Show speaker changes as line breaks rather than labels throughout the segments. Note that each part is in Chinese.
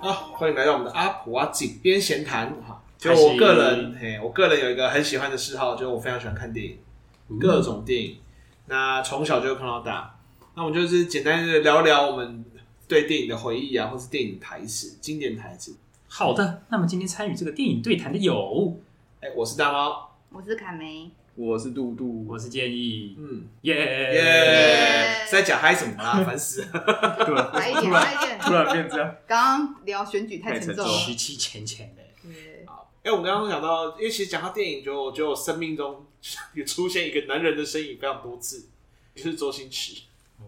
欢迎来到我们的啊阿普啊井边闲谈哈。就
开心
我个人，嘿，我个人有一个很喜欢的嗜好，就是我非常喜欢看电影，各种电影。那从小就看到大，那我们就是简单的聊聊我们对电影的回忆啊，或是电影台词、经典台词。
好的，那么今天参与这个电影对谈的有，
哎、我是大猫，
我是凯 梅，
我是杜杜，
我是建议，
嗯，
耶、
耶、是在讲嗨什么 啊？烦死了！
对，
快一点，快一点！
突然变 这样，
刚刚聊选举太沉重了
十，七前前的，
对
哎、我们刚刚讲到，因为其实讲到电影，就我觉得我生命中 有出现一个男人的身影非常多次，就是周星驰。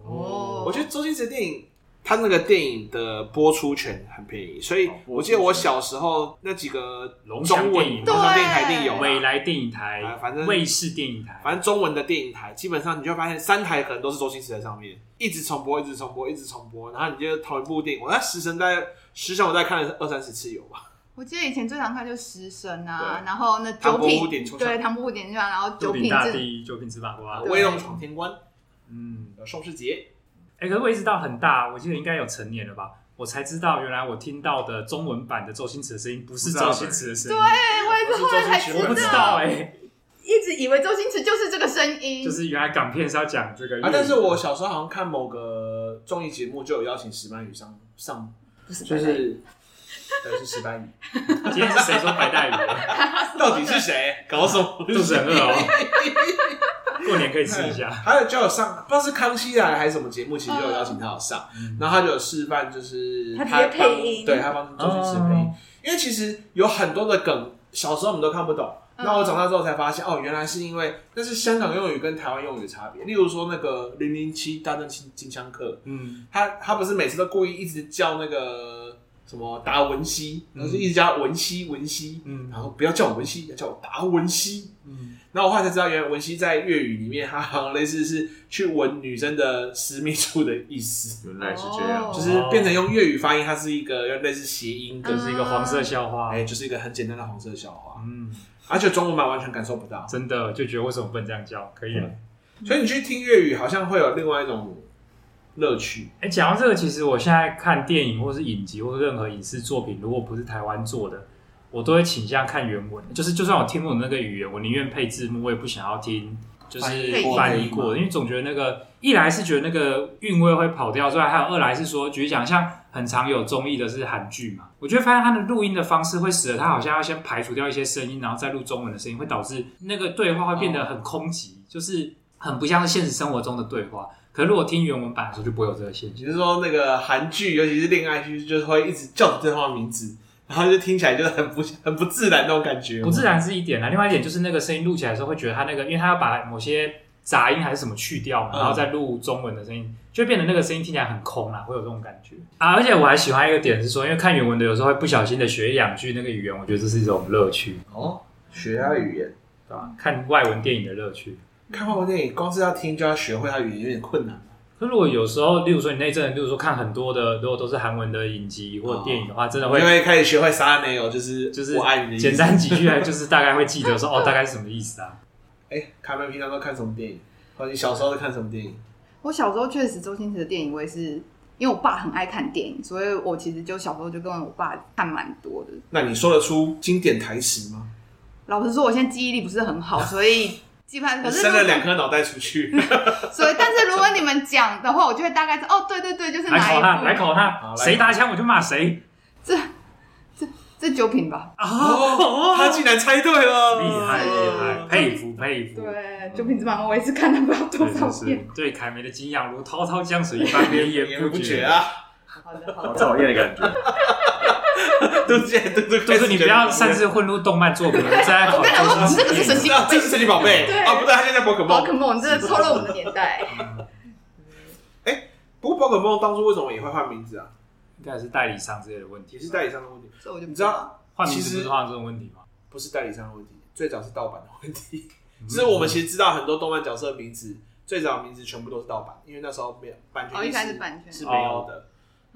哦
我觉得周星驰的电影，他那个电影的播出权很便宜，所以
哦
我记得我小时候那几个
龙翔
中文
电影
龙翔电影台一定有
未
啊，
来电影台，
啊反正
卫视电影台，
反正中文的电影台基本上你就会发现三台可能都是周星驰在上面，一直重播，一直重播，一直重播，然后你就同一部电影，我在《食神》在《食神》我在看了二三十次有吧，
我记得以前最常看就《食神》啊，
对
然后那
唐
九
伯虎
品
点秋香
对唐伯虎点秋香，然后九
九
品
品大
芝
帝，九品芝麻官
《
对。
威龙闯天关》啊
嗯，
有宋世杰，
哎、可是我也知道很大，我记得应该有成年了吧？我才知道，原来我听到的中文版的周星驰的声音不是周星驰的声音，
对，啊我也是后来才知
对
我不知道哎、欸
一直以为周星驰就是这个声音，
就是原来港片是要讲这个粤语的、
啊，但是我小时候好像看某个综艺节目就有邀请石斑鱼上上，
不是
就
本来
是对是石斑鱼。
今天是谁说白带鱼的？
到底是谁？搞什 么？
肚子很饿哦，过年可以吃 一下。
还有就有上，不知道是康熙啊来还是什么节目，其实就有邀请他有上，
嗯
然后他就有示范，就是
他直接配
帮
音
对他
哦
帮周星驰配音，因为其实有很多的梗，小时候我们都看不懂。
嗯
那我长大之后才发现，哦，原来是因为那是香港用语跟台湾用语的差别。例如说那个零零七大战金金枪客，
嗯，
他他不是每次都故意一直叫那个什么达文西，然后就一直叫文西文西，
嗯
然后不要叫我文西，要叫我达文西，
嗯，
然后我后来才知道，原来文西在粤语里面，它好像类似是去闻女生的私密处的意思，
原来是这样
哦
就，是变成用粤语发音，它是一个类似谐音梗
这，是一个黄色笑话
哎、。就是一个很简单的黄色笑话，
嗯，
而且中文版完全感受不到，
真的就觉得为什么不能这样叫？可以了。
所以你去听粤语，好像会有另外一种乐趣。
哎、讲到这个，其实我现在看电影或是影集或是任何影视作品，如果不是台湾做的，我都会倾向看原文。就是就算我听不懂那个语言，我宁愿配字幕，我也不想要听就是
翻
译过
翻译过的，因为总觉得那个一来是觉得那个韵味会跑掉之外，还有二来是说，举例讲，像很常有综艺的是韩剧嘛，我就会发现它的录音的方式会使得它好像要先排除掉一些声音，然后再录中文的声音，会导致那个对话会变
哦
得很空寂，就是很不像是现实生活中的对话。可是如果听原文版的时候，就不会有这个现象。
你是说那个韩剧，尤其是恋爱剧，就是会一直叫你对方的名字，然后就听起来就是很不很不自然那种感觉吗。
不自然是一点啦，另外一点就是那个声音录起来的时候，会觉得它那个，因为它要把某些杂音还是什么去掉嘛，
嗯
然后再录中文的声音，就会变得那个声音听起来很空啦，会有这种感觉啊。而且我还喜欢一个点是说，因为看原文的有时候会不小心的学一两句那个语言，我觉得这是一种乐趣，
哦，学他的语言，
对吧？看外文电影的乐趣。
看外国电影光是要听就要学会他的语言，有点困难。
可是如果有时候，例如说你那一阵子，例如说看很多的，如果都是韩文的影集或电影的话，真的
我
会
就会开始学会撒没有，就是
就是
哦我爱你的意思。
简单几句，就是大概会记得说哦，大概是什么意思啊？
哎，卡门平常都看什么电影？或者你小时候都看什么电影？
我小时候确实周星驰的电影，我也是因为我爸很爱看电影，所以我其实就小时候就跟我爸看蛮多的。
那你说得出经典台词吗？
老实说，我现在记忆力不是 很好，所以基本上可是
伸了两颗脑袋出 去。
所以但是如果你们讲的话，我就会大概知道哦，对对对，就 是
来考他，
哪
来
一部？
考
好
他，
来
谁
考
搭腔我就骂谁
这九品吧？
啊！
哦，他哦竟然猜对了，
厉害厉害，佩服佩服。
对，啊九品芝麻官，我也是看了不知道多
是
少
是
遍。
是，对凯梅的敬仰如滔滔江水一般绵
也
延
不
绝
绝！啊！
好的，好
好
的。
讨厌的感觉。
对不起，对对，啊
就是你不要擅
自。
自混入动漫作品，再来考
我跟你讲
周
说，
星驰
这个
电
是神
影。
奇
啊，这是神奇宝贝
对
啊！不对，他现在叫宝可
宝
梦
可。梦，真的超了我们的年代。
不过宝可梦当初为什么也会换名字啊？
应该是代理商之类的问题，
也是代理商的问题，
这我就不
你知道
换名
其
字
实
不是换这种问题吗？
不是代理商的问题，最早是盗版的问题。就是我们其实知道很多动漫角色的名字，最早的名字全部都是盗版，因为那时候没有版权
哦
意
一
识
开始版权
是没有的。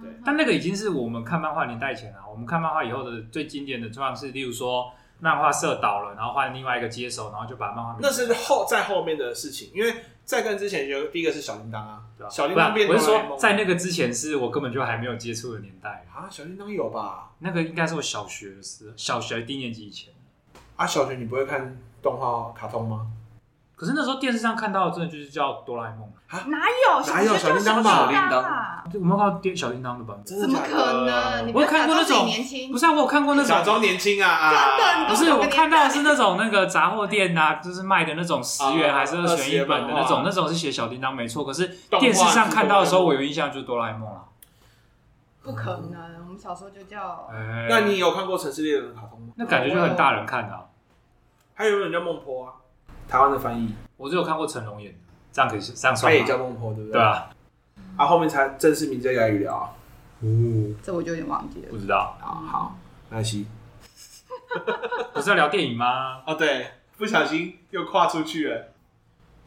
对，
啊但那个已经是我们看漫画年代前了、我们看漫画以后的最经典的状况是，例如说漫画社倒了，然后换另外一个接手，然后就把漫画名
那是后在后面的事情，因为在更之前就第一个是小铃铛啊，
对吧
小铃
不
铛
然
变
我是
哆啦 A
说
梦
在那个之前是我根本就还没有接触的年代，
啊，小铃铛有吧？
那个应该是我小学的时候，小学低年级以前。
啊，小学你不会看动画卡通吗？
可是那时候电视上看到的真的就是叫哆啦 A 梦，
哪有
哪有
小学
小
就小
铃铛吧
铃铛
小
啊？
我没有看到电小铃铛的版本。
真的
怎么
假的
可能？你不
我
要
有看过
假
那
装自己
种
年轻，
不是啊，我有看过那
假
种，
装年轻啊啊！
真的
不是我看到的是那种那 个杂货店呐、就是卖的那种十元
啊
还是二十元一本
20
的那
元漫
种
画，
那种是写小叮当没错。可是
动画
电视上看到的时
是哆啦 A
候，
梦
我有印象就是哆啦 A 梦啊了。
不可能，我们小时候就叫
哎
那你有看过《城市猎人》的卡通吗？
那感觉就很大人看的啊、
还有人叫孟婆啊，台湾的翻译，
我只有看过成龙演的，这样可以这
他
样算
也
吗？
叫孟婆，对不
对？啊，
啊，后面才正式名字叫雅语聊啊。
哦，
这，我就有点忘记了
不。知道，
好啊好，没关系。
不是要聊电影吗？
哦，对，不小心又跨出去了。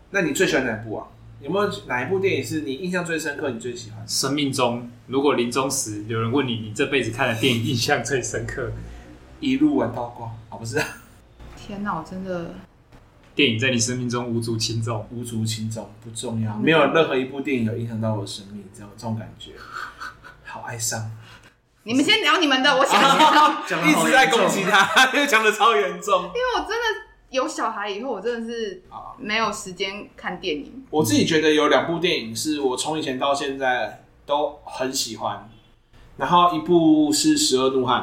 那你最喜欢哪一部啊？有没有哪一部电影是你印象最深刻，你最喜欢？
生命中如果临终时有人问你，你这辈子看的电影印象最深 刻，
一路玩到光哦，不是，
天哪，我真的
电影在你生命中无足轻重。
无足轻重，不重要，没有任何一部电影有影响到我的生命，这样这种感觉，好哀伤。
你们先聊你 们的，我想
啊
一下，
讲得
一
好
直在
严重
攻击他， 又讲的超严重。
因为我真的有小孩以后，我真的是
好啊
没有时间看电影。
嗯我自己觉得有两部电影是我从以前到现在都很喜欢，然后一部是《十二怒汉》，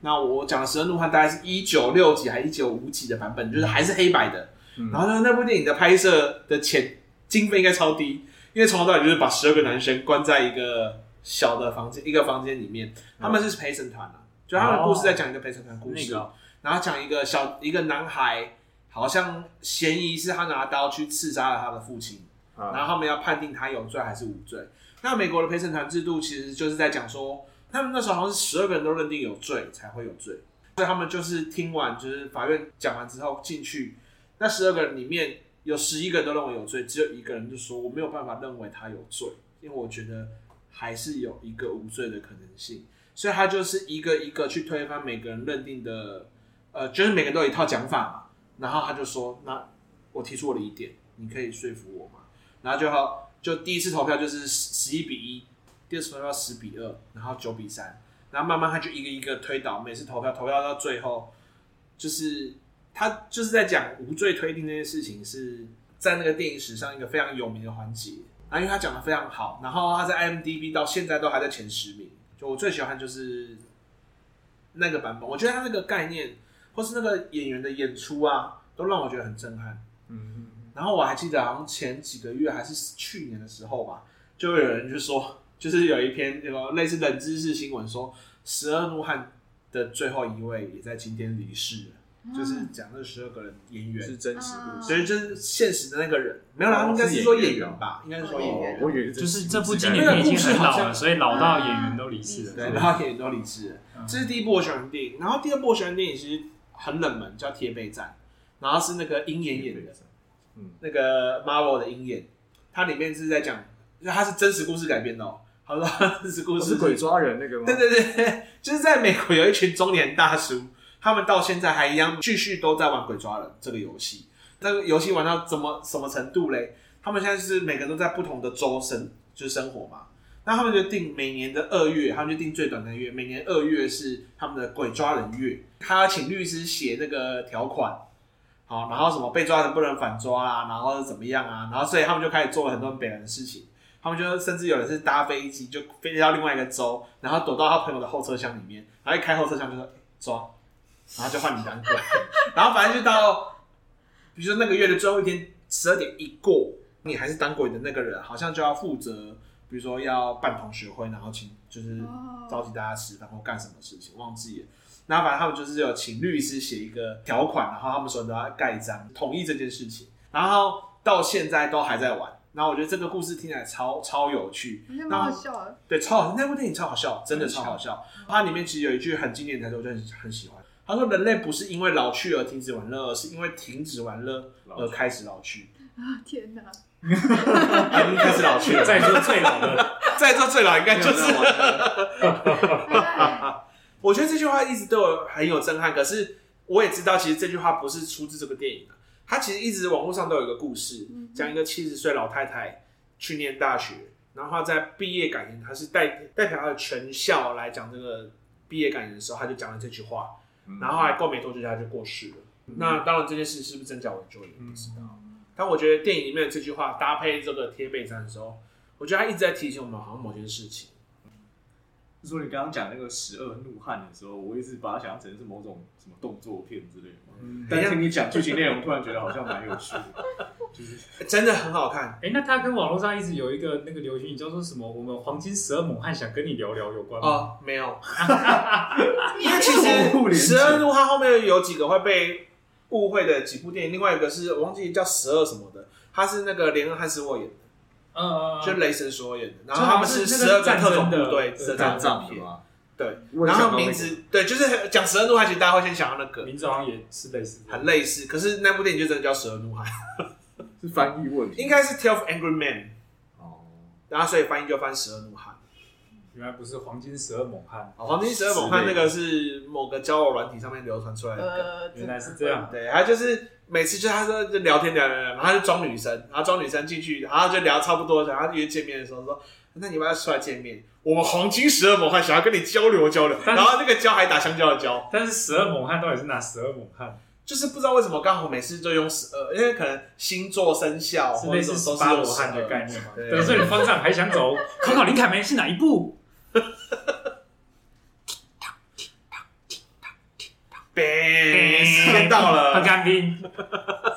那我讲的《十二怒汉》大概是一九六几还一九五几的版本，就是还是黑白的。
嗯
然后呢，那部电影的拍摄的钱经费应该超低，因为从头到尾就是把十二个男生关在一个小的房间一个房间里面，他们是陪审团啊，就他们的故事在讲一个陪审团故
那
事。
个哦
然后讲一个小一个男孩，好像嫌疑是他拿刀去刺杀了他的父亲，
啊
然后他们要判定他有罪还是无罪。那美国的陪审团制度其实就是在讲说，他们那时候好像是十二个人都认定有罪才会有罪，所以他们就是听完就是法院讲完之后进去，那十二个人里面有十一个人都认为有罪，只有一个人就说我没有办法认为他有罪，因为我觉得还是有一个无罪的可能性。所以他就是一个一个去推翻每个人认定的呃，就是每个人都有一套讲法嘛。然后他就说：“那我提出我的疑点，你可以说服我嘛。”然后就好，就第一次投票就是十一比一，第二次投票十比二，然后九比三，然后慢慢他就一个一个推导，每次投票投票到最后，就是他就是在讲无罪推定这件事情是在那个电影史上一个非常有名的环节。啊，因为他讲的非常好，然后他在 IMDB 到现在都还在前十名。就我最喜欢就是那个版本，我觉得他那个概念或是那个演员的演出啊，都让我觉得很震撼。
嗯，
然后我还记得好像前几个月还是去年的时候吧，就有人就说，就是有一篇那个类似冷知识新闻说，十二怒汉的最后一位也在今天离世了，
哦啊
就是讲那十二个人演
是哦
员，
真实故
所
事。
以就是现实的那个人，没有啦，他们应该是说演员吧，应该是说演
哦
员
演。
我以为
就是这部经典
典
片
片
已
已
经
经
很
很
老
老
了，
了
所以老到演员都离世了。
对，然后演员都离职了。
嗯
这是第一部我喜欢的电影，然后第二部我喜欢的电影其实很冷门，叫《贴背战》，然后是那个鹰眼演的，那个 Marvel 的鹰眼，它里面是在讲，它是真实故事改编的哦，好了，真实故
我
事
哦是鬼抓人那个吗？
对对对对， 就是在美国有一群中年大叔，他们到现在还一样继续都在玩鬼抓人这个游戏。那个游戏玩到怎么什么程度嘞？他们现在是每个都在不同的州生就是生活嘛。那他们就定每年的二月，他们就定最短的月，每年二月是他们的鬼抓人月。他要请律师写那个条款，好，然后什么被抓人不能反抓啊，然后怎么样啊，然后所以他们就开始做了很多很北人的事情。他们就甚至有人是搭飞机就飞到另外一个州，然后躲到他朋友的后车厢里面，然后一开后车厢就说、欸抓，然后就换你当鬼， 然后反正就到，比如说那个月的最后一天十二点一过，你还是当鬼的那个人，好像就要负责，比如说要办同学会，然后请就是
哦
召集大家吃饭或干什么事情，忘记了。然后反正他们就是有请律师写一个条款，然后他们所有人都要盖章同意这件事情，然后到现在都还在玩。然后我觉得这个故事听起来超超有趣，
我觉得
然
蛮好
后
笑啊的。
对超好，那部电影超好笑，真的超好笑。它里面其实有一句很经典的台词，我就很很喜欢。他说：“人类不是因为老去而停止玩乐，而是因为停止玩乐而开始老去。
啊天哪，
已经开始老 去了，
在座最老的，
在座最老应该就是
哎
我觉得这句话一直对我很有震撼，可是我也知道，其实这句话不是出自这个电影的，它其实一直网络上都有一个故事，讲一个七十岁老太太去念大学，然后她在毕业感言，她是代代表她的全校来讲这个毕业感言的时候，她就讲了这句话，然后后来过没多久她就过世了。那当然这件事是不是真假我就也
嗯
不知道，但我觉得电影里面的这句话搭配这个贴背章的时候，我觉得他一直在提醒我们好像某件事情。
就说你刚刚讲那个十二怒汉的时候，我一直把它想象成是某种什么动作片之类的嘛。嗯但听你讲剧情内容，突然觉得好像蛮有趣的，就是
真的很好看，
哎、那他跟网络上一直有一个那个流行语叫做什么？我们黄金十二猛汉想跟你聊聊有关吗？
哦，没有，因为其
这么
实
不廉
十
洁
二路它后面有几个会被误会的几部电影，另外一个是我忘记叫十二什么的，它是那个连恩汉斯沃演的，
嗯嗯，嗯
就雷神索演的，然后
就
他
好
们
像
是
是
十二个特种
那个
部队
战争的
的
打
战
仗
争
的
片，
吗？
对，
我也
然
想到
后
那
名
个
字对，就是讲十二路汉，其实大家会先想到那个
呃名字好像也是类似的。
很类似，可是那部电影就真的叫十二路汉，
是翻译问题。
应该是 Tale of Angry Man，
哦，
然后所以翻译就翻十二路
哦
汉。
原来不是黄金十二猛汉，
黄金十二猛汉那个是某个交友软体上面流传出来的梗。
呃，
原来是这样。
对，他就是每次就是他说就聊天聊聊聊，然后他就装女生，然后装女生进去，然后就聊差不多，然后约见面的时候说，那你们要出来见面？我们黄金十二猛汉想要跟你交流交流，
但
然
是
后那个交还打香蕉的交，
但是十二猛汉到底是哪十二猛汉？
就是不知道为什么刚好每次都用十二，因为可能星座生肖
是
啊或
类
者什
似
么都
十八
是
罗
用
汉的
12
概念嘛？
对
对，所以你方丈还想 走，考考林凯梅是哪一部？
，bang，时间到了，
很干冰，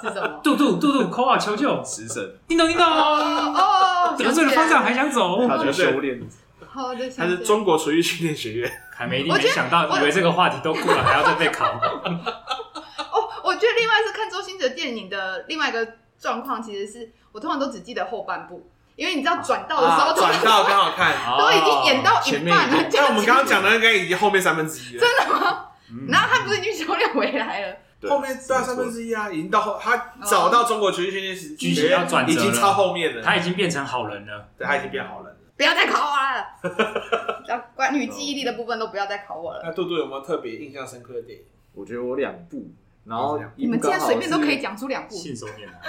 是什么？
杜杜杜杜，口号求救，
食神，
叮咚叮咚，
哦，
得罪了方丈还想走？
他就修炼
好的，
他是中国厨艺训练学 院，
凯梅利没想到，以为这个话题都过了，还要再被考。
哦，我觉得另外是看周星驰的电影的另外一个状况，其实是我通常都只记得后半部，因为你知道转到的时候
啊
都、
转到刚好看
都已经演
哦
到
前
一
面
半
一
了
点，。
这
但
样
我们
子
刚刚讲的应该已经后面三分之一了。
真的吗？
嗯
然后他不是已经修炼回来了？
对
后面对啊，三分之一啊，已经到后，他找到中国体育训练师，
剧情要转折了
已经超后面了，
他已经变成好人了。
对他已经变好人了。
不要再考我了。要关于记忆力的部分都不要再考我了。
那杜杜有没有特别印象深刻的电影？
我觉得我两部，然后
你们
今
竟
天
然随便都可以，讲出两部，
信手拈来。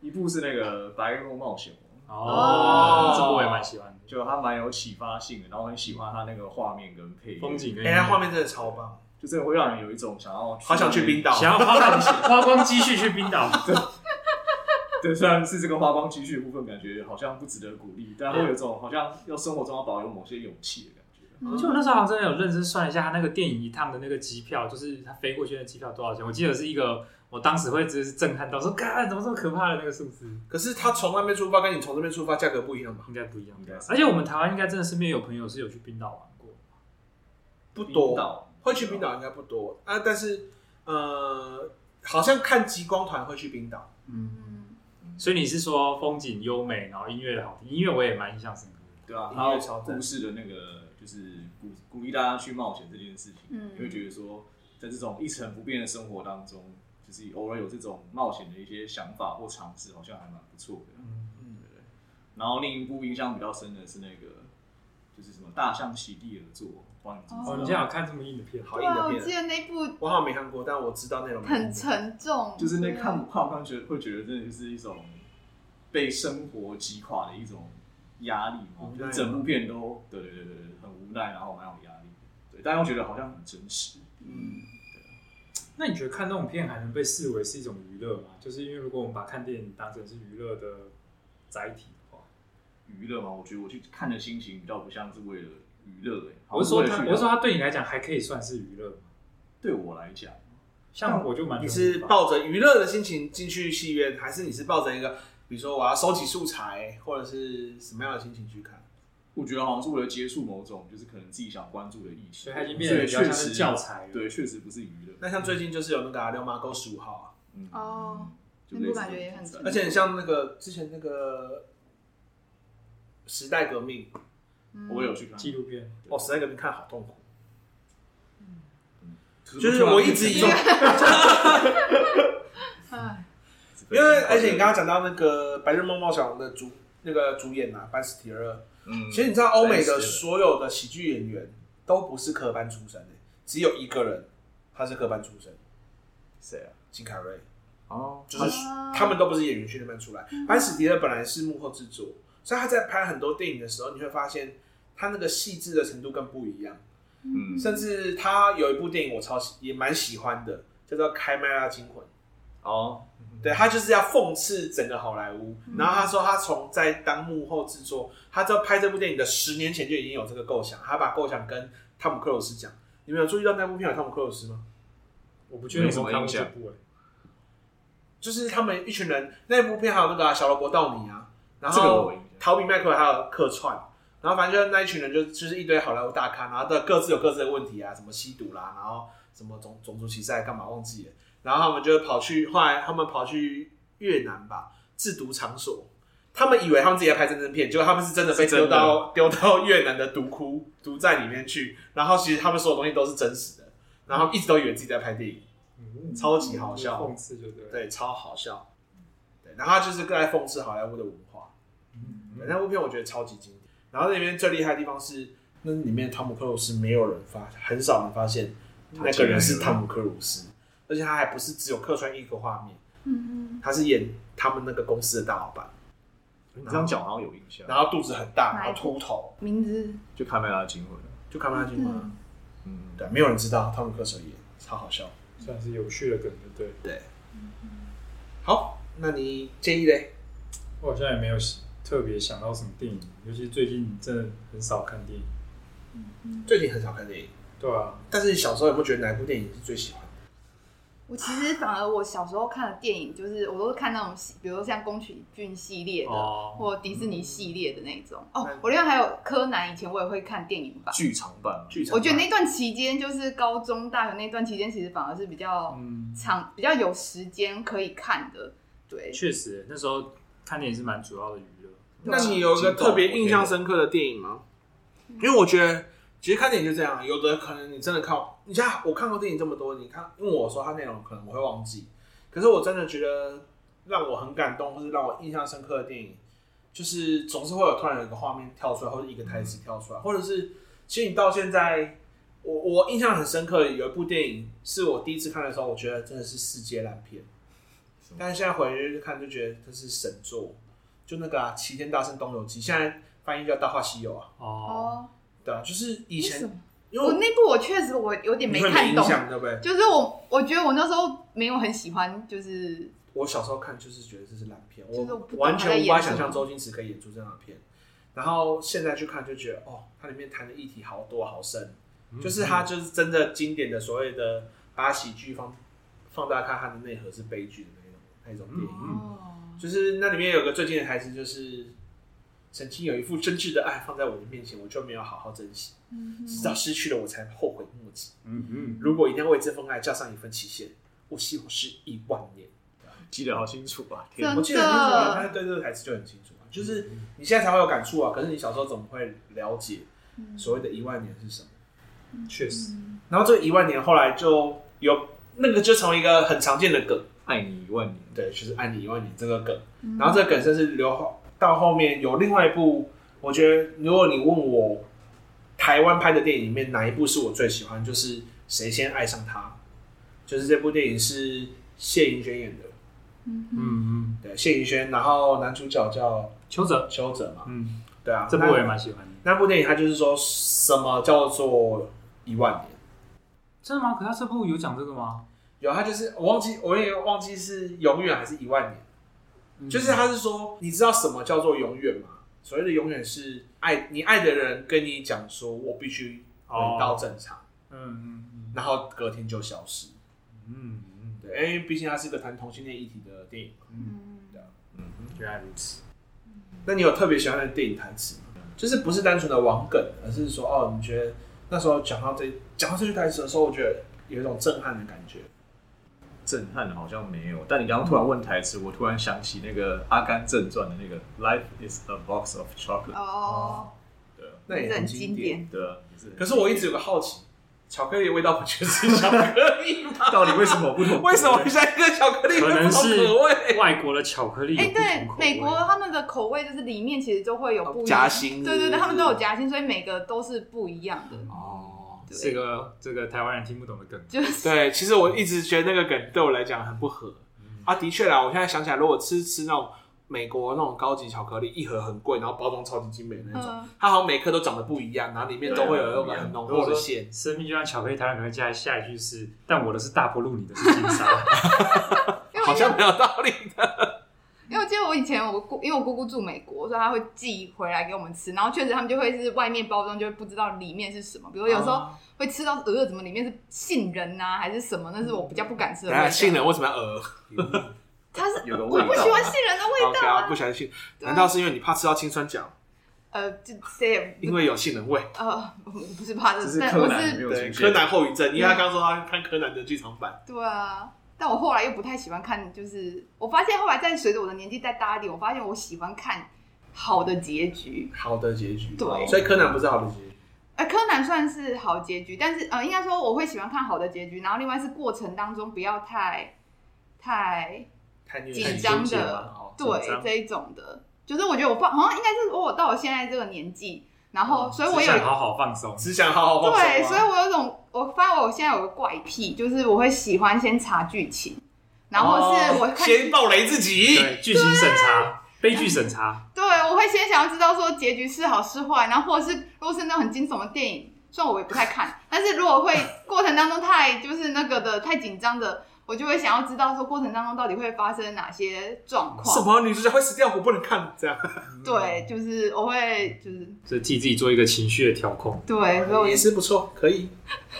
一部是那个《白日梦冒险王》。
哦，这部我也蛮喜欢的，
就它蛮有启发性的，然后很喜欢它那个画面跟配乐，
风景跟
哎，那画面真的超棒，
就真的会让人有一种想要
好想去冰
岛。
岛。
想要花光花光积蓄去冰岛。
对，虽然是这个花光积蓄的部分，感觉好像不值得鼓励，但会有一种好像要生活中要保有某些勇气的感觉。
嗯
就我那时候好像真的有认真算一下，他那个电影一趟的那个机票，就是他飞过去的机票多少钱？我记得是一个，我当时会真是震撼到说，嘎，怎么这么可怕的那个数字？
可是他从那边出发，跟你从这边出发价格不一样吧？
应该不一样
应该是
而且我们台湾应该真的身边有朋友是有去冰岛玩过，
不
冰
多，
岛
会去冰岛应该不多啊。但是呃，好像看极光团会去冰岛，
嗯，
所以你是说风景优美，然后音乐好听，音乐我也蛮印象深刻的。
对啊，
音乐
还有
超赞
故事的那个就是鼓鼓励大家去冒险这件事情，
嗯
你会觉得说，在这种一成不变的生活当中，就是偶尔有这种冒险的一些想法或尝试，好像还蛮不错的。
嗯，
然后另一部印象比较深的是那个，就是什么大象席地而坐，帮你们知
哦，
道
你
吗
竟然有看这么硬的片，
好
对
硬
啊，
的
我
片
记。得那部
我好像没看过，但我知道内容。
很沉重，
就是那看看我看觉得会觉得真的就是一种被生活击垮的一种压力嘛
无，奈
就
吗
是整部片都对对对对对很无奈，然后蛮有压力的，对，但又觉得好像很真实。
那你觉得看那种片还能被视为是一种娱乐吗？就是因为如果我们把看电影当成是娱乐的载体的话，
娱乐嘛，我觉得我去看的心情比较不像是为了娱乐哎、欸，
我是说他，
好
我
像为了去
是说他对你来讲还可以算是娱乐吗？
对我来讲，
像我就蛮
你
喜欢
是抱着娱乐的心情进去戏院，还是你是抱着一个，比如说我要收集素材，或者是什么样的心情去看？
我觉得好像是为了接触某种就是可能自己想关注的议题，
所以它已经变得比较像是教材了
所以确实对，确实不是娱乐。
那像最近就是有那个、啊、六麻沟十五号啊，
嗯
哦，
就
那部
类似
感觉
这
也
种
很
题材
而且很像那个之前那个时代革命
我
嗯
有去看，
纪录片，
嗯
哦，时代革命看好痛苦，
就
就是我一直以为，
哎，
因为而且你刚刚讲到那个《白日梦冒险王》的主那个主演啊，班斯提勒，
嗯
其实你知道欧美
班斯提
的
勒
所有的喜剧演员都不是科班出身的，只有一个人他是科班出身，
谁啊？
金凯瑞，
哦，嗯
就是他们都不是演员训练班出来。安史迪勒本来是幕后制作，所以他在拍很多电影的时候，你会发现他那个细致的程度更不一样。
嗯，
甚至他有一部电影我超喜，也蛮喜欢的，叫做《开麦拉惊魂》。
哦，
啊
对他就是要讽刺整个好莱坞。
嗯
然后他说，他从在当幕后制作，他在拍这部电影的十年前就已经有这个构想，他把构想跟汤姆克鲁斯讲。你们有注意到那部片有汤姆克鲁斯吗？
我不确定
没什
我
么
看过
印
这
象
部哎、
欸
就是他们一群人，那部片还有那个啊、小罗伯道尼啊，然
这个
后
我印象。
逃避麦克还有客串，然后反正就是那一群人就就是一堆好莱坞大咖，然后的各自有各自的问题啊，什么吸毒啦，然后什么种种族歧视还啊干嘛忘记了，然后他们就跑去，后来他们跑去越南吧，制毒场所。他们以为他们自己在拍战争片，结果他们是真的被
是真
丢
的
到丢到越南的毒窟毒寨里面去，然后其实他们所有东西都是真实的，然后一直都以为自己在拍电影，
嗯
超级好笑。
讽刺就对了。
对，超好笑。对，然后他就是在讽刺好莱坞的文化。
嗯
嗯
对那部片我觉得超级经典。然后那里面最厉害的地方是，那里面汤姆克鲁斯没有人发，很少人发现那个人是汤姆克鲁斯，而且他还不是只有客串一个画面，
嗯嗯，
他是演他们那个公司的大老板，
你这样讲好像有印象，
然后肚子很大，
哪
然
一
后秃头，
名字
就卡梅拉的惊魂。
就看不下去吗
嗯？
嗯，
对，啊没有人知道汤姆克鲁斯有演，超好笑。
算是有趣的梗，就对。
好，那你建议嘞？
我好像也没有特别想到什么电影，尤其最近真的很少看电影。
最近很少看电影，
对啊，
但是小时候有没有觉得哪一部电影是最喜欢的？
我其实反而我小时候看的电影，就是我都是看那种系，比如说像宫崎骏系列的，
哦
或迪士尼系列的那种。哦
嗯，
我另外还有柯南，以前我也会看电影版。
剧场版
剧场版
我觉得那段期间，就是高中、大学那段期间，其实反而是比较
嗯，
长、比较有时间可以看的。对，
确实欸那时候看电影是蛮主要的娱乐。
那你有一个特别印象深刻的电影吗？
嗯
因为我觉得，其实看电影就这样，有的可能你真的看，
嗯
你像我看过电影这么多，你看，因为我说它内容可能我会忘记，可是我真的觉得让我很感动，或是让我印象深刻的电影，就是总是会有突然有一个画面跳出来，或者一个台词跳出来，或者是其实你到现在，我我印象很深刻，有一部电影是我第一次看的时候，我觉得真的是世界烂片
什么，
但是现在回去看就觉得这是神作，就那个、啊《齐天大圣东游记》，现在翻译叫《大话西游》啊，
哦，
哦，
对啊，就是以
为什
前
么？
因为
我
我
那部我确实我有点
你
没
会没
看
印
懂，
象，对不对？
就是我我觉得我那时候没有很喜欢，就是
我小时候看就是觉得这是烂片，
就是我
我
不懂
完
他在
全无
演
法
什
想
么
象周星驰可以演出这样的片。然后现在去看就觉得，哦，它里面谈的议题好多好深，就是它就是真的经典的所谓的把喜剧放放大看它的内核是悲剧的那种那种电影。
哦，
就是那里面有个最近的台词，就是曾经有一副真挚的爱放在我的面前，我就没有好好珍惜，
嗯
直到失去了我才后悔莫及。
嗯嗯，
如果一定要为这份爱加上一份期限，我希望是一万年。
记得好清楚啊！
真
天
我
哪，
记得很清楚啊，他对这个台词就很清楚啊，就是你现在才会有感触啊，可是你小时候怎么会了解所谓的一万年是什么？
确实，
嗯
然后这个一万年后来就有那个就成为一个很常见的梗，
爱你一万年。
对，就是爱你一万年这个梗。然后这个梗甚至留后到后面有另外一部，我觉得如果你问我台湾拍的电影里面哪一部是我最喜欢，就是《谁先爱上他》，就是这部电影是谢盈萱演的，
嗯
嗯嗯，
对，谢盈萱，然后男主角叫
邱泽，
邱泽嘛，
嗯，
对啊，
这部
那
我也蛮喜欢的。
那部电影它就是说什么叫做一万年？
真的吗？可他这部有讲这个吗？
有，它就是我忘记，我也忘记是永远还是一万年。
嗯
就是他是说，你知道什么叫做永远吗？所谓的永远是爱你爱的人跟你讲说，我必须回到正常，
嗯嗯
然后隔天就消失。
嗯嗯嗯，
对，因为毕竟它是个谈同性恋议题的电影嘛。啊
嗯哼，
原来如此。
那你有特别喜欢的电影台词吗？就是不是单纯的网梗，而是说哦，你觉得那时候讲到这讲到这句台词的时候，我觉得有一种震撼的感觉。
震撼好像没有，但你刚刚突然问台词，我突然想起那个《阿甘正传》的那个 “Life is a box of chocolate”。
哦，
对啊，
那也
这
很
很
经
经
典。
典。
对啊，也是
可是我一直有个好奇，巧克力的味道不就是巧克力吗？
到底为什么不 同？
为什么现在跟巧克力
可
会
能
不同
是
口味？
外国的巧克力有
哎，
不同口
对，
味
美国他们的口味就是里面其实就会有不一样
哦夹心
对
是
对
不
对，
是
他们都有夹心，所以每个都是不一样的。
哦，
这个这个台湾人听不懂的梗。
就是
对，其实我一直觉得那个梗对我来讲很不合啊。的确啦，我现在想起来，如果吃吃那种美国那种高级巧克力，一盒很贵，然后包装超级精美的那种，
嗯，
它好像每颗都长得不一样，然后里面都会有那种很浓厚的馅。
生命就像巧克力，台湾可能加下一句是：但我的是大坡路，你的是金 沙。
因为
好
我记得
像没有道理的，
因为我记得我以前我姑，因为我姑姑住美国，所以她会寄回来给我们吃，然后确实他们就会是外面包装，就会不知道里面是什么，比如有时候
哦
会吃到鹅，怎么里面是杏仁呐、还是什么，那是我比较不敢吃的
等
味
下
道。
杏，仁为什么要鹅？
它是
有个
我
味道，
不喜欢杏仁的
好
味道
啊，
啊。
不喜欢杏，
对啊
难道是因为你怕吃到青酸角？
呃，这这也不
因为有杏仁味，
呃，我不是怕这
只是
但
柯
我
南没
是
有出
对，
现。
柯南后遗症，因为
嗯
他刚说他看柯南的剧场版，
对啊。但我后来又不太喜欢看，就是我发现后来在随着我的年纪再大一点，我发现我喜欢看好的结局。
好的结局，
对
所以柯南不是好的结局，
呃，柯南算是好结局，但是呃，应该说我会喜欢看好的结局，然后另外是过程当中不要太太
太虐
紧
情
张
节
的
嘛哦紧
对
张
这一种的，就是我觉得我放好像应该是我到我现在这个年纪，然
哦
后所以我
只
有
想好好放松。
只想好好放松啊
对，所以我有一种我发现我现在有个怪癖，就是我会喜欢先查剧情，然后是我
哦
看、
先暴雷自己，
对，剧情审查，悲剧审查，
对我会先想要知道说结局是好是坏，然后或者是如果是那种很惊悚的电影，虽然我也不太看，但是如果会过程当中太就是那个的太紧张的，我就会想要知道说过程当中到底会发生哪些状
什
况。
么女主角会死掉，我不能看，这样
对，就是我会就是
是替自己做一个情绪的调控。
对，所以我
也
就是
不错，可以。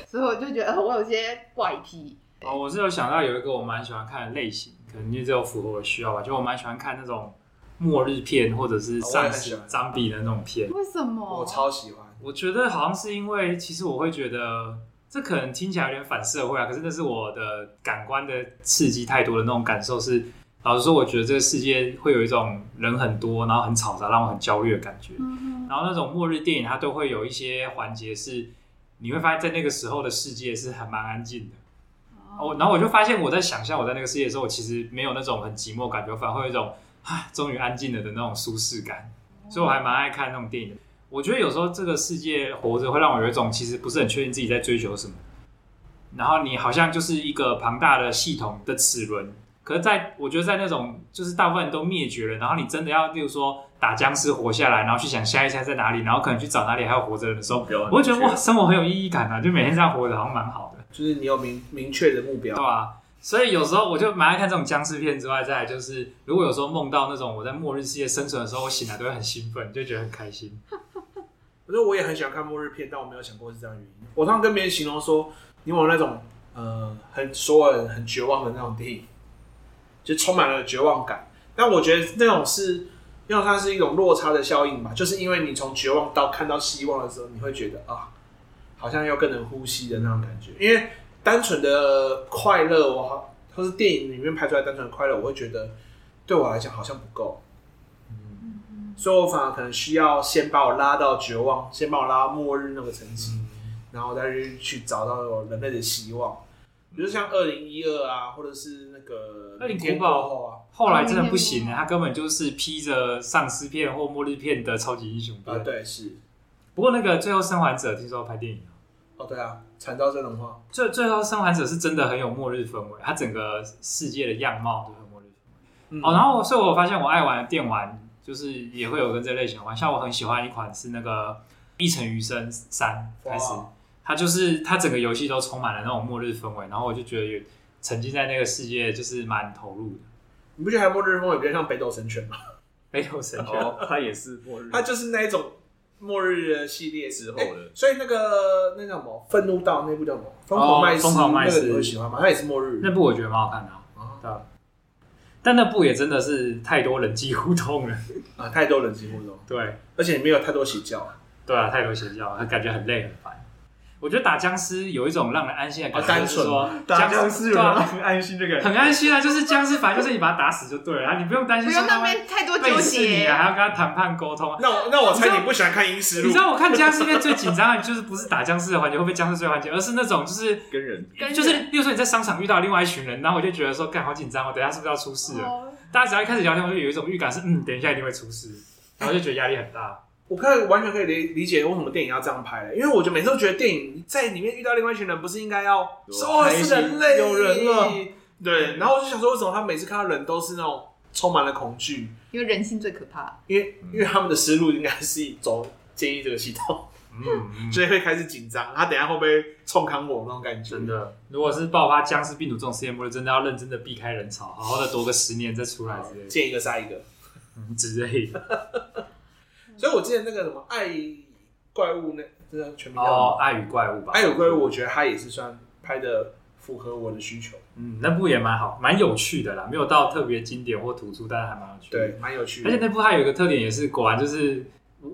所以我就觉得呃我有些怪癖，
哦，我是有想到有一个我蛮喜欢看的类型，可能你只有符合我的需要吧。就我蛮喜欢看那种末日片或者是
哦我也
丧
很喜
尸
欢
脏比的那种片。
为什么？
我超喜欢，
我觉得好像是因为，其实我会觉得这可能听起来有点反社会啊，可是那是我的感官的刺激太多的那种感受是。老实说，我觉得这个世界会有一种人很多，然后很嘈杂，让我很焦虑的感觉。
嗯哼
然后那种末日电影，它都会有一些环节是，你会发现在那个时候的世界是还蛮安静的。
哦
我然后我就发现我在想象我在那个世界的时候，我其实没有那种很寂寞的感觉，反而会有一种啊终于安静了的那种舒适感，所以我还蛮爱看那种电影的。我觉得有时候这个世界活着会让我有一种其实不是很确定自己在追求什么，然后你好像就是一个庞大的系统的齿轮。可是在我觉得在那种就是大部分人都灭绝了，然后你真的要，例如说打僵尸活下来，然后去想下一餐在哪里，然后可能去找哪里还有活着人的时候，
标很明确
我会觉得哇，生活很有意义感啊！就每天这样活着好像蛮好的。
就是你有明明确的目标
对，啊，所以有时候我就蛮爱看这种僵尸片之外，再来就是如果有时候梦到那种我在末日世界生存的时候，我醒来都会很兴奋，就觉得很开心。
我觉得我也很喜欢看末日片，但我没有想过是这样的原因。我常常跟别人形容说，你往那种呃很所有人很绝望的那种电影，就充满了绝望感。但我觉得那种是，那种它是一种落差的效应吧，就是因为你从绝望到看到希望的时候，你会觉得啊，好像又更能呼吸的那种感觉。因为单纯的快乐，我好或是电影里面拍出来单纯的快乐，我会觉得对我来讲好像不够。
嗯
所以我反而可能需要先把我拉到绝望，先把我拉到末日那个层级，
嗯
然后再去去找到有人类的希望。比如像二零一二啊，或者是那个
2019
明天过后啊，
后来真的不行欸了，他根本就是披着丧尸片或末日片的超级英雄
啊
片。
对是，
不过那个《最后生还者》听说要拍电影了。
哦对啊，惨遭这种话，
最最后生还者是真的很有末日氛围，它整个世界的样貌都很末日氛围。
嗯
哦，然后所以我发现我爱玩的电玩，就是也会有跟这类型的玩，像我很喜欢一款是那个《一城余生三》开始
哇，
它就是它整个游戏都充满了那种末日氛围，然后我就觉得有沉浸在那个世界，就是蛮投入的。
你不觉得《末日风》也比较像北斗神拳吗？
没哎有神权，
哦，他也是末
嗯
日，
它就是那一种末日的系列
之后
哎
的
所以那个那叫什么《愤怒道》那部叫什么《疯狂麦斯》
哦疯狂麦斯
那个你会喜欢吗？它也是末日
那部我觉得蛮好看的啊、
啊
对啊但那部也真的是太多人机互动了，
啊，太多人机互动，
对。
而且里面有太多邪教啊，
对啊，太多邪教了，感觉很累很烦。我觉得打僵尸有一种让人安心的感觉，
哦单
就是说
打
僵
僵
尸
尸有
对啊，
很安心这个，
很安心啊，就是僵尸反正就是你把它打死就对了，啊你不用担
不
心
用
说
那
他会
边太多
背
纠
刺你
结
啊，，还要跟他谈判沟通啊。
那我那我猜你不喜欢看《阴尸路
你》知？道我看僵尸片最紧张的就是不是打僵尸的环节，会被僵尸追环节，而是那种就是
跟人
跟人
就是，例如说你在商场遇到另外一群人，然后我就觉得说，干好紧张哦，等一下是不是要出事了？
哦
大家只要一开始聊天，我就有一种预感是，嗯，等一下一定会出事，然后就觉得压力很大。
我可以完全可以理理解为什么电影要这样拍了，因为我就每次都觉得电影在里面遇到另外一群人，不是应该要
有
说哦
开心
是人类
有人了，
对。然后我就想说，为什么他每次看到人都是那种充满了恐惧？
因为人性最可怕。
因为
嗯
因为他们的思路应该是走建议这个系统，
嗯，
所以会开始紧张。他等一下会不会冲康我那种感觉？
真的，如果是爆发僵尸病毒这种世界末日，真的要认真的避开人潮，好好的躲个十年再出来之类的
见一个杀一个。
嗯之类的。
所以我之前那个什么爱怪物那，这个全名叫什
哦
么，
爱与怪物吧，
爱有怪物，我觉得他也是算拍的符合我的需求，
嗯，那部也蛮好，蛮有趣的啦，没有到特别经典或突出，但是还蛮有趣的。
对，，蛮有趣的。
而且 那部它有一个特点，也是果然就是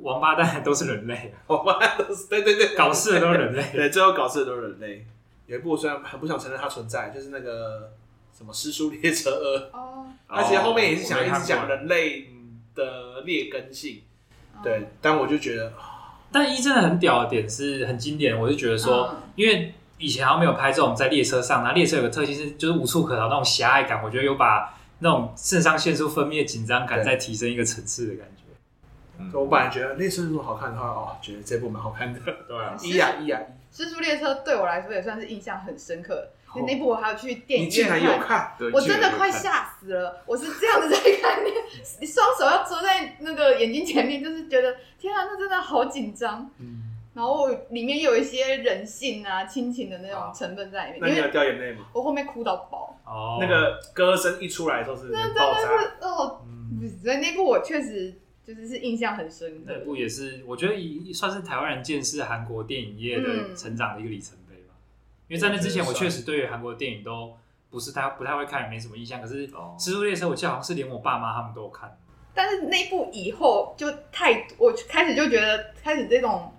王八蛋都是人类，
我妈都哦 是对对对，
搞事的都是人类。
对，最后搞事的都是人类。有一部我虽然很不想承认它存在，就是那个什么《失速列车二》，
哦，
它其实后面也是
哦
想
我没
一
看
直
过
讲人类的劣根性，
嗯
对。但我就觉得啊
但一真的很屌的点是很经典，我就觉得说，
嗯
因为以前好像没有拍这种在列车上，那列车有个特性是就是无处可逃那种狭隘感，我觉得有把那种肾上腺素分泌的紧张感
对
再提升一个层次的感觉。
嗯
我本来觉得《列车如果好看的话，哦，觉得这部蛮好看的。
对啊，
一呀一呀，
失速列车对我来说也算是印象很深刻，
哦
因为那部我还要去电
你
影
竟
院
然有看？
对
我真的快
下。
吓死了！我是这样子在看， 你双手要遮在那个眼睛前面，就是觉得天啊，那真的好紧张。
嗯，
然后里面有一些人性啊、亲情的那种成分在里
那
面，
你
因
有
为
掉眼泪吗？
我后面哭到爆。
哦，
那个歌声一出来的时候是爆炸，
哦，
嗯
所以那部我确实就是是印象很深
那
的。
部也是，我觉得也算是台湾人见识韩国电影业的成长的一个里程碑吧。因为在那
嗯
之
啊
前，我确实对于韩国电影都不是太不太会看，没什么印象。可是《
哦
蜘蛛列车》，我记得好像是连我爸妈他们都有看。
但是那部以后就太，我开始就觉得开始这种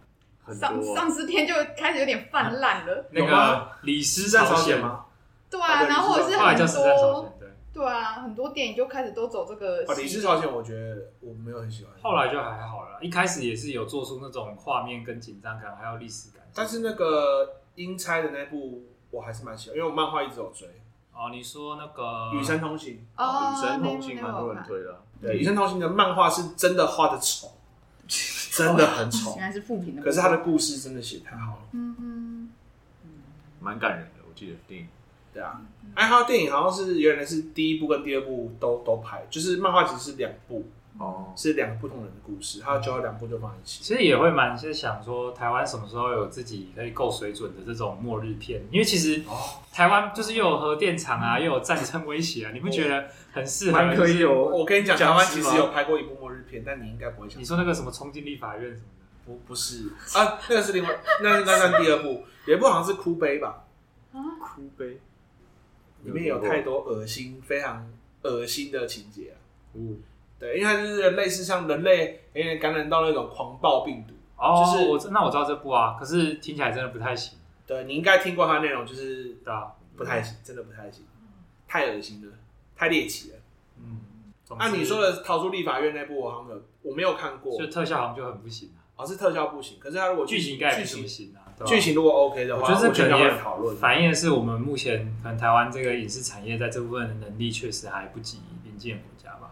很
丧
多
丧尸片就开始有点泛滥了。
那
有吗
个李
是
斯
在朝
朝
鲜
鲜？
吗？
对
哦
啊，
对
然后或者是
后来
很
叫《实战朝
多
鲜》，对，
对啊，很多电影就开始都走这个
哦，《李
西
氏朝鲜》我觉得我没有很喜欢。
后来就还好了。一开始也是有做出那种画面跟紧张感，还有历史感。
但是那个阴差的那部我还是蛮喜欢，因为我漫画一直有追《
哦，你说那个
与山同行》。
哦，
女神
那
同行
那
蛮
我
多人
看
推的啊，
对，《与山同行》的漫画是真的画的丑， 真的很丑
原，来是负评的。
可是他的，故事真的写太好了。
嗯嗯，
蛮感人的。我记得电影
对啊，哎，他的电影好像是原来是第一部跟第二部都都拍，就是漫画其实是两部，
哦，
是两个不同人的故事，他就要两部就放在一起。
其实也会蛮是想说，台湾什么时候有自己可以够水准的这种末日片？因为其实
哦
台湾就是又有核电厂
嗯
啊，又有战争威胁啊，你不觉得很适合？
蛮可以
就是
哦。
我跟你讲，台
僵尸
湾其实有
吗
拍过一部末日片，但你应该不会想
你。说那个什么冲进立法院什么的，
不不是啊，那个是另外，那应该算第二部，有一部好像是《哭悲》吧，
啊
哭悲，
里面有太多恶心、非常恶心的情节啊。
嗯
对，因为它就是类似像人类有点感染到那种狂暴病毒。
哦，
就是
我知那我知道这部啊，可是听起来真的不太行，
对，你应该听过它内容，就是
对啊，
不太行，真的不太行，太恶心了，太猎奇了。啊
嗯，总之
按、你说的《逃出立法院》那部，我好像没有，我没有看过，
就特效好像就很不行啊，
哦，是特效不行，可是它如果
剧情应该也
剧
没什么
情
行啊，对吧
剧情如果 OK 的话，
我觉得这
啊觉
可
得
能
要
也
来讨论。啊
反映的是我们目前可能台湾这个影视产业在这部分的能力确实还不及邻近的国家吧。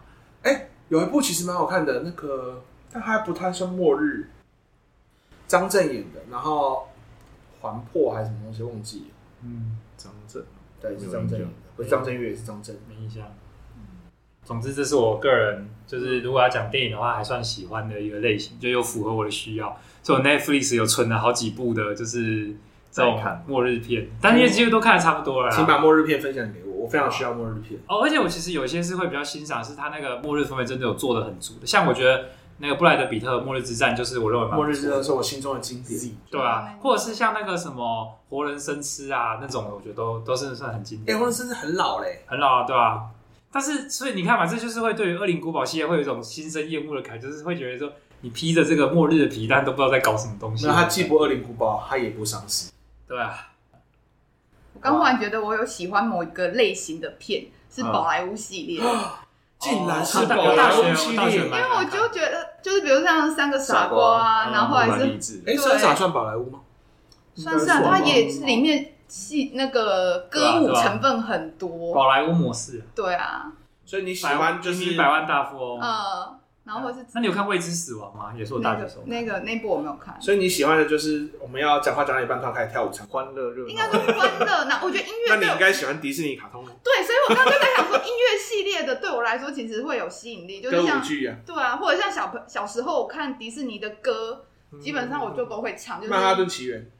有一部其实蛮好看的，那个但它不太算末日，张震演的，然后环破还是什么东西忘记了，
嗯，
张震，
对，是张震演的，不是张震岳，也是张震。
没印象。嗯总之，这是我个人就是如果要讲电影的话，还算喜欢的一个类型，就又符合我的需要。所以我 Netflix 有存了好几部的，就是这种
在看
末日片，但因为几乎都看的差不多了
请
啦。
把末日片分享给我，我非常需要末日片。
哦，而且我其实有些是会比较欣赏，是他那个末日氛围真的有做的很足的。像我觉得那个布莱德比特《末日之战》，就是我认为蛮
末日真的是我心中的经典。
对啊
嗯，
或者是像那个什么活人生吃啊那种的，我觉得都都是算很经
哎、
典，
欸，或者甚至很老嘞、
很老了，对啊。但是所以你看嘛，这就是会对于《恶灵古堡》系列会有一种心生厌恶的感觉，就是会觉得说你披着这个末日的皮，但都不知道在搞什么东西。
那它既不恶灵古堡，它也不丧尸。
对啊，
我刚忽然觉得我有喜欢某一个类型的片，是宝莱坞系列，
竟然是
哦
宝莱
大学
坞系
大学
列，哎
因
蛮
为我就觉得就是比如像三个傻瓜啊，
嗯
然后后来
蛮
是
励志的。
哎、欸，三傻算宝莱坞吗？
算是啊，
应
它
该算吧
也是里面戏那个歌舞
对啊对啊
成分很多，
宝莱坞模式，
对啊，
所以你喜
百
欢
万
就是
百万大富翁，
呃，然后或是
哦那你有看《未知死亡》吗？也是我大
那
学的
个
时候看。
那个那部我没有看，
所以你喜欢的就是我们要讲话讲到一半，他开始跳舞唱歌。
欢乐热
应该说欢乐。那我觉得音
那
乐
你
对
应
我
该喜欢迪士尼卡通
对，所以我刚刚就在想说， 音乐系列的对我来说其实会有吸引力，就
歌
是
舞
像
剧啊，
对啊，或者像小朋小时候我看迪士尼的歌，基本上我就都会唱，就
《
是
曼哈顿奇缘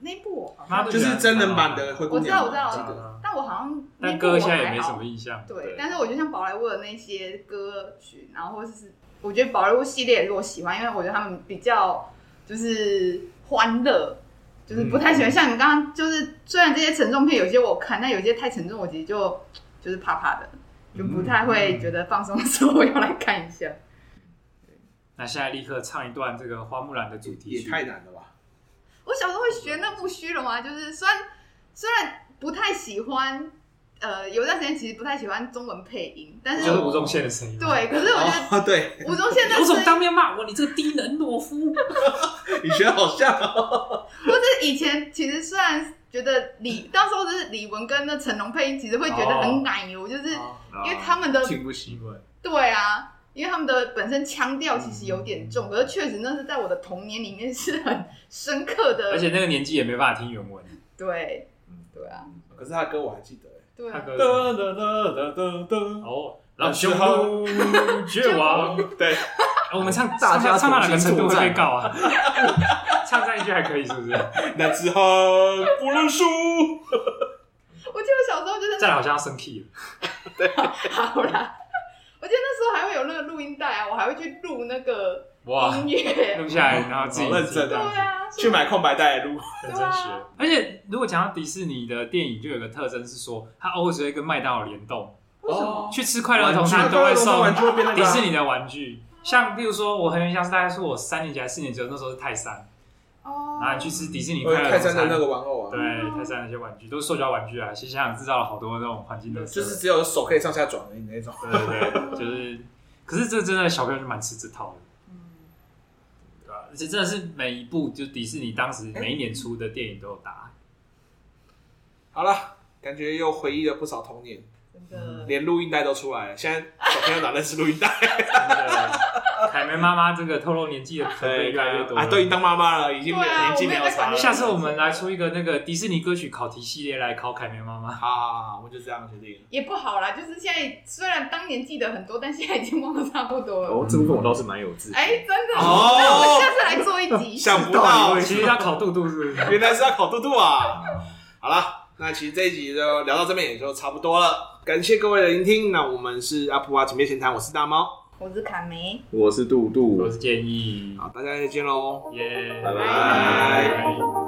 那一部我好
曼哈顿》
像
就
奇
是真人版的灰姑
我知道
娘
我知
嘛，记
道，
得。
但我好像那
但
部我
歌现在也
还
没
好
什么印象。
对
对，
但是我就像宝莱坞的那些歌曲，然后或者是我觉得宝莱坞系列也是我喜欢，因为我觉得他们比较就是欢乐，就是不太喜欢、像你们刚刚就是虽然这些沉重片有些我看，但有些太沉重，我其实就就是怕怕的，就不太会觉得放松的时候 我要来看一下。
那现在立刻唱一段这个花木兰的主题
也
曲。
太难了吧？
我小时候会学那部虚荣啊，就是虽然虽然不太喜欢，呃，有一段时间其实不太喜欢中文配音，但是
就是
我
吴宗宪的声音。，
对，可是我觉
哦，对，
得吴宗宪那
哦有
声
种
音
当面骂我，你这个低能懦夫。
你学得好像哦。
或是以前其实虽然觉得李，到时候就是李玟跟那成龙配音，其实会觉得很奶油，就是
哦
因为他们的
进不习惯，
对啊，因为他们的本身腔调其实有点重，可是确实那是在我的童年里面是很深刻的，
而且那个年纪也没办法听原文。
对
嗯，
对啊，
可是他的歌我还记得欸，
对
他
啊，
歌
噔噔噔
哦，老兄如绝 望。
对，
我们唱
大家
唱唱到哪个
同心
程
作
度会
战
被告啊？
啊
唱上一句还可以是不是？
那只好不认输。
我记得我小时候就是
再来好像要生气了。
好啦，我记得那时候还会有那个录音带啊，我还会去录那个
哇，
音乐，
录下来然后自己
好认真
对啊，
去买空白带来录，
认真学。而且如果讲到迪士尼的电影，就有个特征是说，它 always 会跟麦当劳联动。
为什么？
哦
去吃快乐儿童餐都会
玩具
送
玩具会变那个
迪
啊
士尼的玩具，像比如说我很印象是大概是我三年级还是四年级的时候，那时候是泰山，
哦，
然后你去吃迪士尼
我
快
有
乐儿
泰
童
山哦的
餐
那，个玩偶啊，
对泰山那些玩具都是塑胶玩具啊，其实想想制造了好多那种环境的，
就是只有手可以上下转而已那种。
对对对，就是，可是这真的小朋友就蛮吃这套的，
嗯
对吧？而且真的是每一部就迪士尼当时每一年出的电影都有打，
好了，感觉又回忆了不少童年，
真的，
连录音带都出来了。现在小朋友哪认识录音 带？
真的凯梅妈妈这个透露年纪的可能越来越多了
啊，都已经当妈妈了，已经没有
对啊
年纪没有差
我
了。
们也在管
下次我们来出一个那个迪士尼歌曲考题系列来考凯梅妈妈。
好好好，我就这样决定了。
也不好啦，就是现在虽然当年记得很多，但现在已经忘得差不多了。
哦，这部分我倒是蛮有自信。
哎、真的，
哦
那我们下次来做一集。
想不到，
其实要考肚肚是不是？
原来是要考肚肚啊！好了，那其实这一集就聊到这边也就差不多了，感谢各位的聆听。那我们是阿普啊，姐妹闲谈，我是大猫，
我是卡梅。
我是杜杜，
我是建议，
好，大家再见喽。
耶，
拜
拜
拜。
拜